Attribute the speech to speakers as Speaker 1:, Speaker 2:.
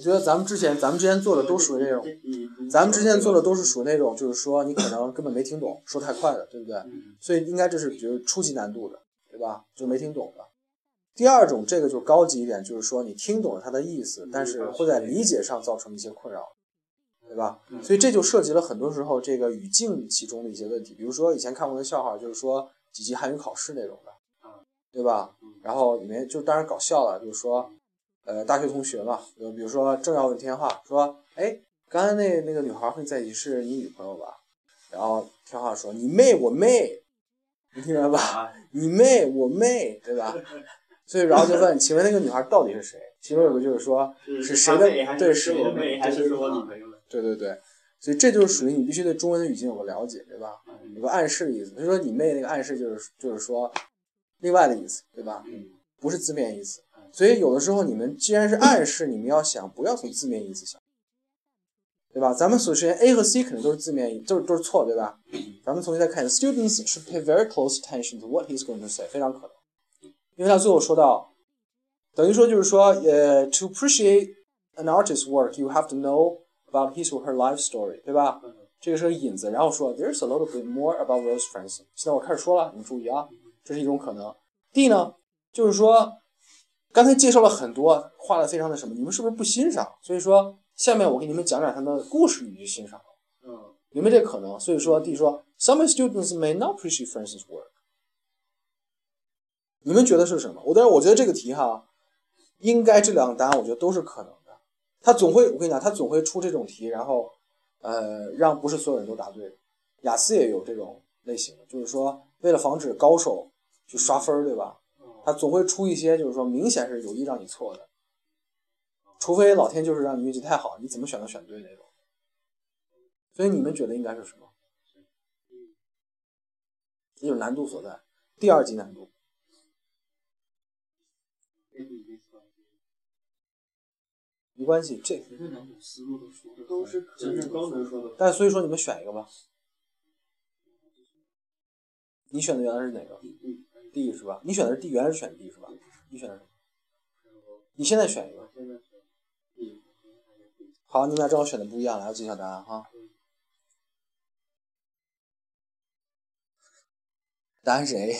Speaker 1: 觉得咱们之前咱们之前做的都属于那种，咱们之前做的都是属于那种，就是说你可能根本没听懂，说太快的，对不对？所以应该这是比如初级难度的，对吧？就没听懂的。第二种，这个就高级一点，就是说你听懂了它的意思，但是会在理解上造成一些困扰，对吧？所以这就涉及了很多时候这个语境其中的一些问题，比如说以前看过的笑话，就是说几级汉语考试那种的，对吧？然后里面就当然搞笑了，就是说，呃，大学同学嘛，就比如说正要问天化说，哎，刚才那那个女孩和你在一起是你女朋友吧？然后天化说你妹我妹，你明白吧？
Speaker 2: 啊，
Speaker 1: 你妹我妹，对吧？所以然后就问，请问那个女孩到底是谁？其中有个就是说，是谁的
Speaker 2: 他妹还
Speaker 1: 对
Speaker 2: 是
Speaker 1: 是
Speaker 2: 谁
Speaker 1: 我
Speaker 2: 的
Speaker 1: 妹
Speaker 2: 妹还
Speaker 1: 对
Speaker 2: 是
Speaker 1: 对
Speaker 2: 我
Speaker 1: 对
Speaker 2: 女朋友的？
Speaker 1: 对对对，所以这就是属于你必须对中文的语境有个了解，对吧？有个暗示的意思。所以说你妹那个暗示就是就是说另外的意思，对吧？
Speaker 2: 嗯，
Speaker 1: 不是字面意思。所以有的时候你们既然是暗示，你们要想不要从字面意思想，对吧？咱们所实验 A 和 C 肯定都是字面意，都是都是错，对吧？咱们重新再看，students should pay very close attention to what he's going to say，非常可能，因为他最后说到，等于说就是说，呃、t o appreciate an artist's work, you have to know about his or her life story，对吧？这个是个引子，然后说 there's a little bit more about Rose Franson。现在我开始说了，你们注意啊，这是一种可能。D 呢，就是说刚才介绍了很多，画的非常的什么，你们是不是不欣赏？所以说下面我给你们讲讲他们的故事，你就欣赏了，
Speaker 2: 嗯，
Speaker 1: 有没有这个可能？所以说 D 说 some students may not appreciate Franson's work。你们觉得是什么？我但是我觉得这个题哈，应该这两个答案我觉得都是可能的。他总会，我跟你讲，他总会出这种题，然后呃，让不是所有人都答对。雅思也有这种类型的，就是说为了防止高手去刷分儿，对吧？他总会出一些就是说明显是有意让你错的，除非老天就是让你运气太好，你怎么选都选对那种。所以你们觉得应该是什么？这就是难度所在，第二级难度。没关系，这
Speaker 2: 其实两种思路都说的都是真正都能说的，
Speaker 1: 但所以说你们选一个吧。你选的原来是哪个？D 是吧？你选的是 D，原来是选 D 是吧？你选的是什么？你现在选一个。好，你们俩正好选的不一样，来，我揭晓答案哈。答案是 A。